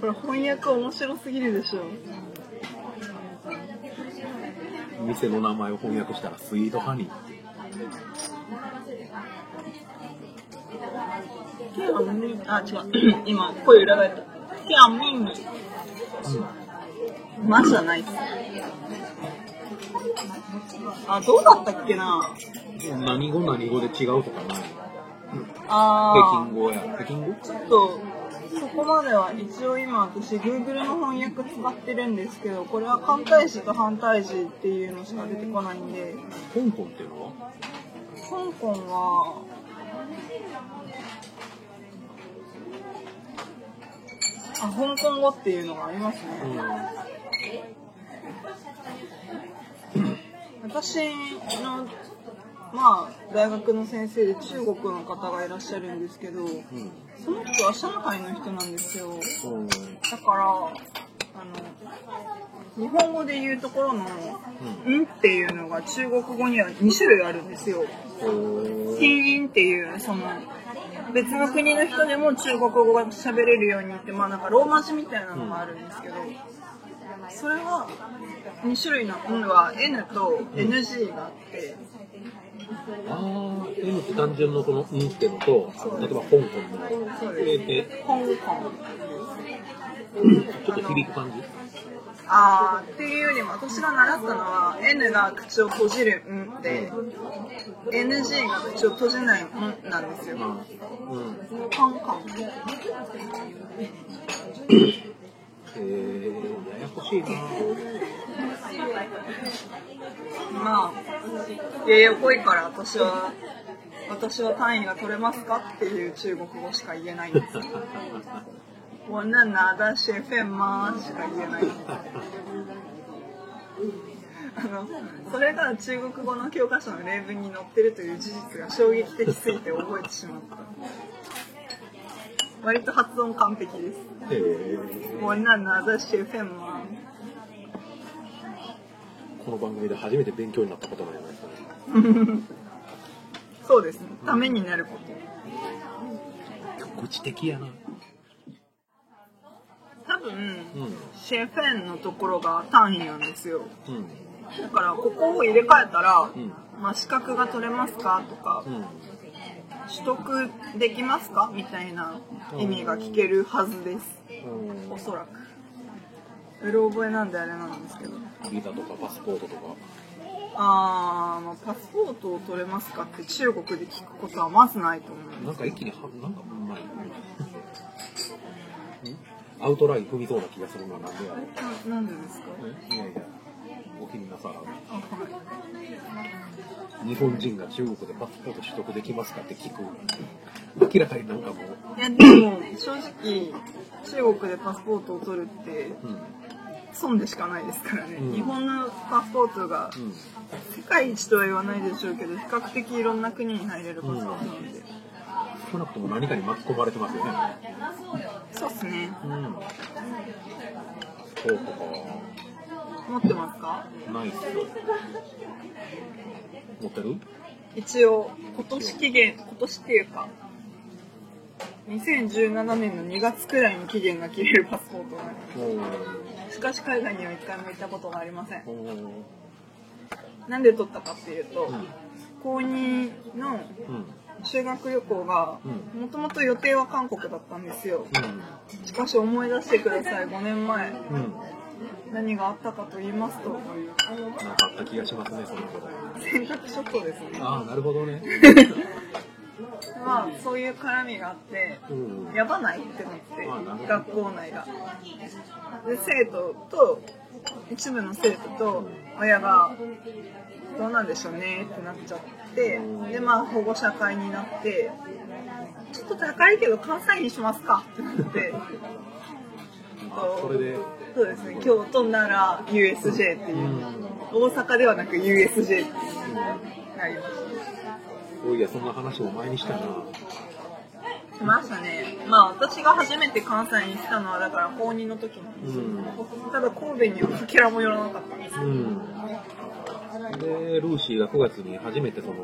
これ翻訳面白すぎるでしょ
店の名前を翻訳したらスイートハニーっていう。
ティアンミンあ違 う今声裏返ったティアンミンミマじゃないっすあどうだったっけな
うん。何語何語で違うとかない。
あー
北京語や。北京語
ちょっとそこまでは一応今私 Google の翻訳使ってるんですけどこれは反対詞と反対詞っていうのしか出てこないんで
香港っていうのは
香港はあ香港語っていうのがありますね、
う
私のまあ大学の先生で中国の方がいらっしゃるんですけど
ん。うん。
その人は上海の人なんですよ
うん。
だからあの日本語で言うところの「ん」っていうのが中国語には2種類あるんですよ「
うん。
pinyin っていうその別の国の人でも中国語が喋れるようにってまあなんかローマ字みたいなのがあるんですけど、それは2種類の「ん」は N と NG があって。
ああ、N って単純のこの「ん」ってのと、あの例えば香港の、
そう
え
です
ーえ
香港
ーちょっと響く感じ
あーっていうよりも私が習ったのは N が口を閉じる「ん」で NG が口を閉じない「ん」なんですよ
あーうん。
香港
えー、ややこしいな
まあややこいから私は私は単位が取れますかっていう中国語しか言えないんですよ我能拿到学费吗しか言えないあのそれが中国語の教科書の例文に載ってるという事実が衝撃的すぎて覚えてしまった割と発音完璧です
えー、
我能拿到学费吗
この番組で初めて勉強になったことがありましたね。
そうですねためになること
局地的やな。
多分
うん。
シェフェンのところが単位なんですよ
うん。
だからここを入れ替えたら、
うん
まあ、資格が取れますかとか、
うん。
取得できますかみたいな意味が聞けるはずです
うん
おそらくうろ覚えなんであれなんですけど
ビザとかパスポートとか
あーあのパスポートを取れますかって中国で聞くことはまずないと思う
なんか一気にはなんかうまいアウトライン踏みそうな気がするのはなんでやろう
ななんでですか
いやいやお気になさらず
あはい
日本人が中国でパスポート取得できますかって聞く明らかになんかもう、
いやでも正直中国でパスポートを取るって
うん
損でしかないですからね、
うん
日本のパスポートが
うん、
世界一とは言わないでしょうけど比較的いろんな国に入れるパスポートなんで、
少なくとも何かに巻き込まれてますよね
そうっすね
うんそうと
持ってますか
かないっすよ持ってる
一応今年期限今年っていうか2017年の2月くらいに期限が切れるパスポートがありま
おー
すしかし海外には一回も行ったことがありません
おー
なんで取ったかっていうと
うん
高2の
うん
修学旅行が
う
もともと予定は韓国だったんですよ
う
しかし思い出してください5年前
んうん
何があったかと言いますと
なんかあった気がしますねそのこと
尖閣諸島ですね
ああなるほどね
まあそういう絡みがあって
うん
やばないってなっ
あなるほ
て
ど
学校内がで生徒と一部の生徒と親がどうなんでしょうねってなっちゃってでまあ保護者会になってちょっと高いけど関西にしますかってなって
あそれで
そうですね京都なら USJ って
う
いうん大阪ではなく USJ ってなりました
そういやそんな話も前にしたな
しましたねまあ私が初めて関西に来たのはだから高2の時なん
う
ですよ、
ん
ただ神戸にはかけらも寄らなかったんです
うんでルーシーが9月に初めてその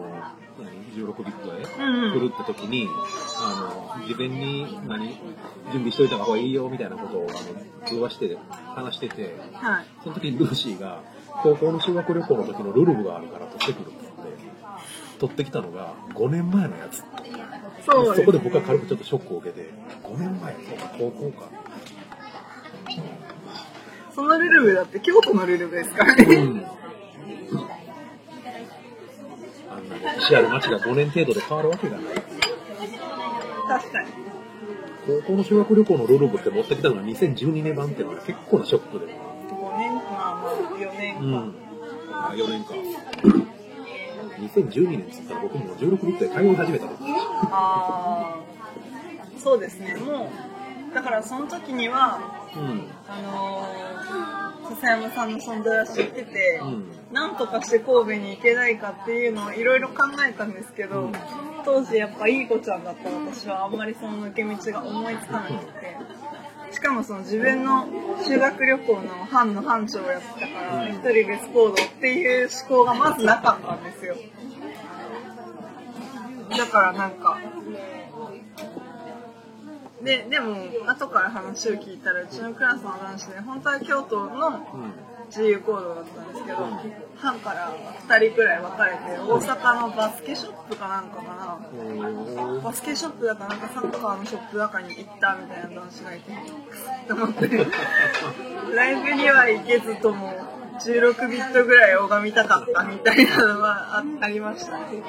何16ビットへ
うん
来るって時に、あの事前に何準備しといた方がいいよみたいなことをあの通話して話してて
はい
その時にルーシーが高校の修学旅行の時のルルブがあるから取ってくるって言って取ってきたのが5年前のやつ
そうです、ね、
そこで僕は軽くちょっとショックを受けて5年前そうか高校か
そのルルブだって京都のルルブですからね、
うんあんなにシアル街が5年程度で変わるわけがない
確かに
高校の修学旅行のルルブって持ってきたのが2012年版っていうのは結構なショック
5
で
年かまあ4年か、
うんあ4年か2012年っつったら僕もう16ビットで通い始めた時
ああそうですねもうだからその時には
うん
あのー、笹山さんの存在は知ってて、
うん
なんとかして神戸に行けないかっていうのをいろいろ考えたんですけど、
うん
当時やっぱいい子ちゃんだった私はあんまりその抜け道が思いつかなくてしかもその自分の修学旅行の班の班長をやってたから
うん
一人別行動っていう思考がまずなかったんですよだからなんかででも後から話を聞いたらうちのクラスの男子で本当は京都の
うん
自由行動だったんですけど、
うん
班から2人くらい分かれて大阪のバスケショップかなんかかなバスケショップだかなんかサッカーのショップだかに行ったみたいな男子がいてくすっと思ってライブには行けずとも16ビットぐらい拝みたかったみたいなのはあありましたねちょっ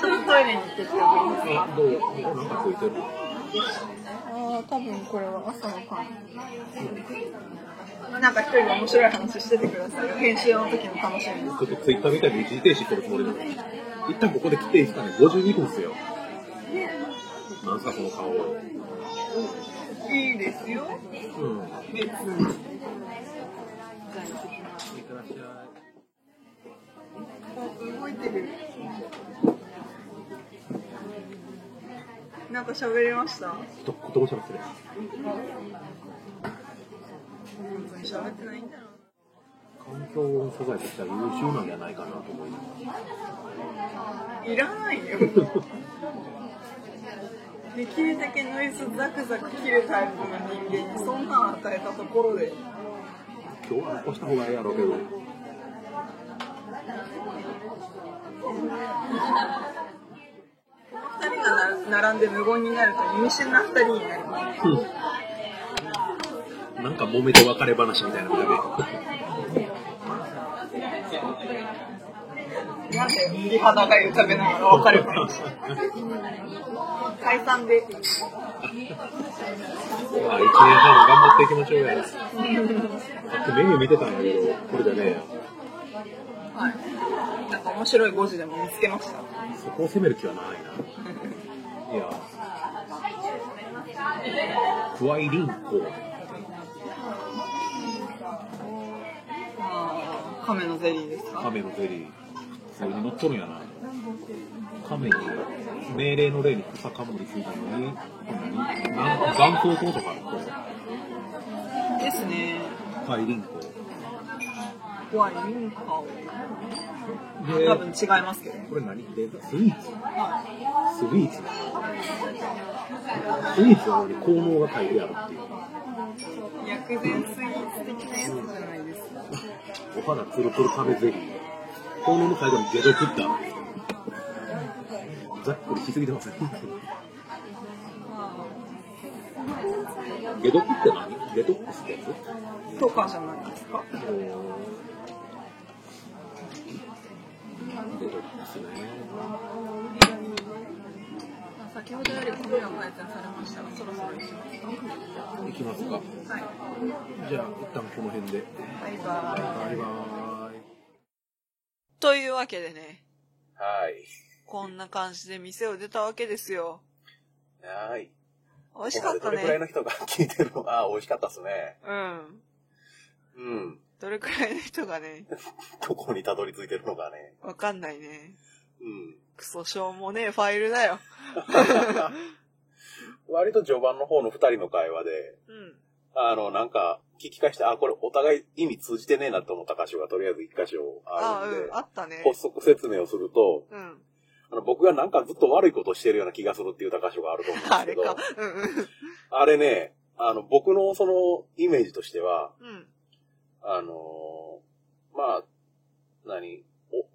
とトイレに行ってきてもいいですか
あどうおなんかついてる
ああ多分これは朝の感なんか一人で面白い話しててください編集の時の楽しみです
ちょっとツイッターみたいに一時停止するつもりなのに一旦ここで来ていいですかね52分っすよなんすかその顔うん
いいですよ。
いってらっしゃい
お動いてる。なんか喋りました。
どどうしゃべってる
喋ってないんだろ
環境音素材としては優秀なんじゃないかなと思います
う。いらないよ。できるだけノイズザクザク切るタイプの人間にそんなん与えたところで。
今日は残した方がいいやろうけど
二人がな並んで無言になると意味深な二人になる。
うん
なんか揉めて別れ話みたいなのや
なんで美肌が浮かべながら別れました。解散で。
べまあ、1年半頑張っていきましょうや。さっきメニュー見てたんやけど、これじゃねえや。
はい。なんか面白い5時でも見つけました。
そこを攻める気はないな。 いや。クワイリンコ。
あー亀のゼリーです
カ
か。
メのゼリー。普通に乗っとるんやな。カメに、命令の例に草かむりついたのに、こんなに、なんか眼光灯とかあるこう
ですね。
クワイリンコ。
怖いミンカオ。
で
多分違いますけど。
これ何でスイーツ
はい。
スイーツだスイーツなのに効能が書いてあるっていう
薬膳スイーツ的なやつじゃないですか。
お肌ツルツル壁ゼリー効能の最後に解毒ってあるざっくりしすぎてません解毒って何デトックスってやつ
とかじゃないですか。
おーデトックスね
先ほどより米が改善されましたが、そろそろ行きますか。
いきますか
はい。
じゃあ一旦この辺で
バイバイ。
バイバーイ
というわけでね、
はい。
こんな感じで店を出たわけですよ。
はい。
美味しかっ
ここ
た
までどれくら
ね。
いの人が聞いてるのああ、美味しかったっすね。
うん。
うん。
どれくらいの人がね、
どこにたどり着いてるのかね。
わかんないね。
うん。
クソしょうもねえファイルだよ。
割と序盤の方の二人の会話で、
うん。
あの、なんか、聞き返して、あ、これお互い意味通じてねえなと思った箇所がとりあえず一箇所
あ
あるん
う
で
ん。あ、ったね。
補足説明をすると、
うん。
あの僕がなんかずっと悪いことをしてるような気がするって言った箇所があると思うんです
あ
け
れ
ど、あ
か
れ。
うんうん。
ね、あの、僕のそのイメージとしては、
うん。
あのーまあ、何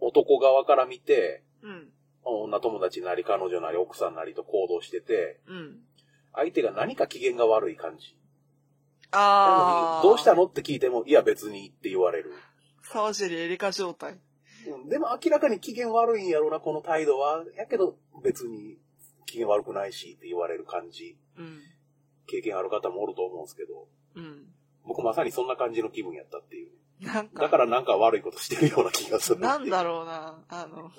お男側から見て、
うん。
女友達なり彼女なり奥さんなりと行動してて、
うん。
相手が何か機嫌が悪い感じ。
あ
なの
あ。
にどうした
の
のって聞いても、いや別にって言われる。
沢尻エリカ状態。
うんでも明らかに機嫌悪いんやろうな、この態度は。やけど別に機嫌悪くないしって言われる感じ。
うん。
経験ある方もおると思うんですけど、
うん。
僕まさにそんな感じの気分やったっていう。
なんか。
だからなんか悪いことしてるような気がする。
なんだろうな、あの、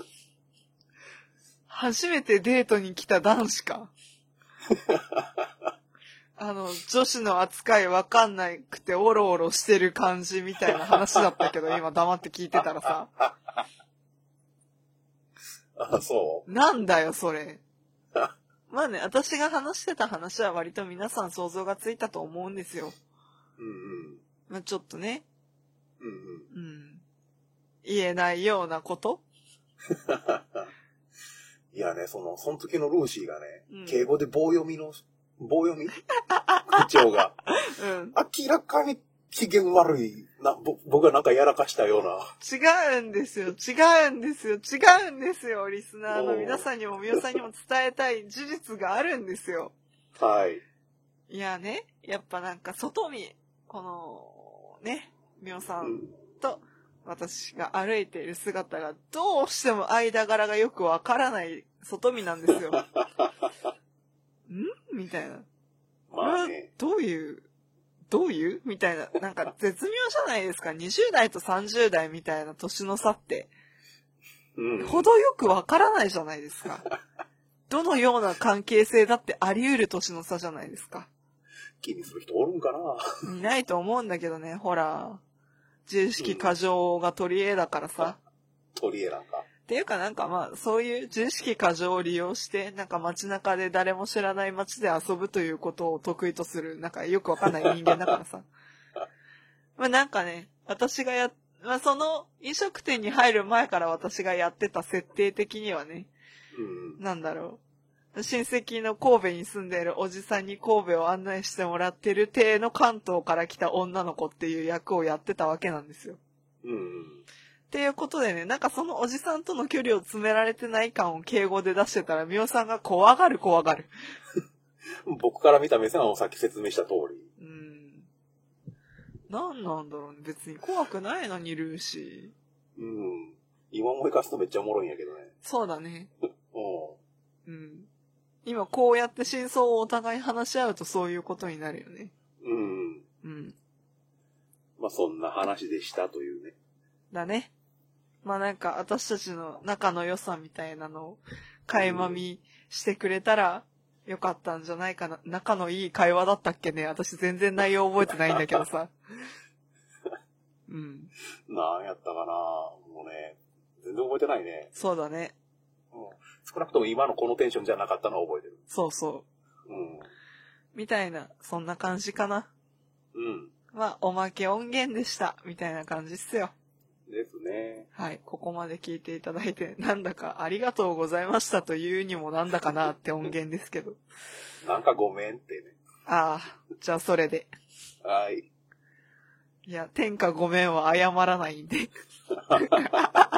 初めてデートに来た男子 か。あの、女子の扱いわかんなくてオロオロしてる感じみたいな話だったけど、今黙って聞いてたらさ、
あ、そ
なんだよそれ。まあね、私が話してた話は割と皆さん想像がついたと思うんですよ。
う。うん
まあちょっとね、
うん。うんうん。
うん。言えないようなこと
いやね、その、その時のルーシーがね、
うん
敬語で棒読みの、棒読み口調が、
うん。
明らかに機嫌悪いな、ぼ僕がなんかやらかしたような。
違うんですよ、違うんですよ、違うんですよ、リスナーの皆さんにも、みおさんにも伝えたい事実があるんですよ。
はい。
いやね、やっぱなんか外見、この、ね、みおさ
うんん。
と私が歩いている姿が、どうしても間柄がよくわからない外見なんですよ。んみたいな。これ
まあ
は
ね。
どういう、どういうみたいな。なんか絶妙じゃないですか。20代と30代みたいな年の差って。
うん。
ほどよくわからないじゃないですか。どのような関係性だってあり得る年の差じゃないですか。
気にする人おるんかな
いないと思うんだけどね、ほら。自意識過剰が取り柄だからさ。
取り柄なんか。
っていうかなんかまあ、そういう自意識過剰を利用して、なんか街中で誰も知らない街で遊ぶということを得意とする、なんかよくわかんない人間だからさ。まあなんかね、私がや、まあその飲食店に入る前から私がやってた設定的にはね、
うん。
なんだろう。親戚の神戸に住んでいるおじさんに神戸を案内してもらってる体の関東から来た女の子っていう役をやってたわけなんですよ。
うん。
っていうことでね、なんかそのおじさんとの距離を詰められてない感を敬語で出してたら、みおさんが怖がる怖がる。
僕から見た目線はさっき説明した通り。
うん。
なんなんだろうね。別に怖くないのにルーシー。
うん。今思い返すとめっちゃおもろいんやけどね。
そうだね。
うん。
うん。今こうやって真相をお互い話し合うとそういうことになるよね。
うん。
うん。
まあそんな話でしたというね。
だね。まあなんか私たちの仲の良さみたいなのを垣間見してくれたらよかったんじゃないかな。仲のいい会話だったっけね。私全然内容覚えてないんだけどさ。うん。
なんやったかなもうね、全然覚えてないね。
そうだね。
うん。少なくとも今のこのテンションじゃなかったのは覚えてる。
そうそ
うん。
う。みたいな、そんな感じかな。
うん。
まあ、おまけ音源でした。みたいな感じっすよ。
ですね。
はい、ここまで聞いていただいて、なんだかありがとうございましたというにもなんだかなって音源ですけど。
なんかごめんってね。
ああ、じゃあそれで。
はい。
いや、天下ごめんは謝らないんで。 まあまあま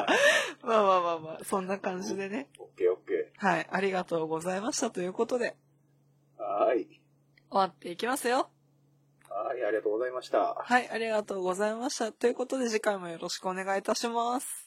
あまあ、そんな感じでね。
オッケーオッケ
はい、ありがとうございましたということで、
ー。はい。
終わっていきますよ。
はい、ありがとうございました。
はい、ありがとうございました。ということで次回もよろしくお願いいたします。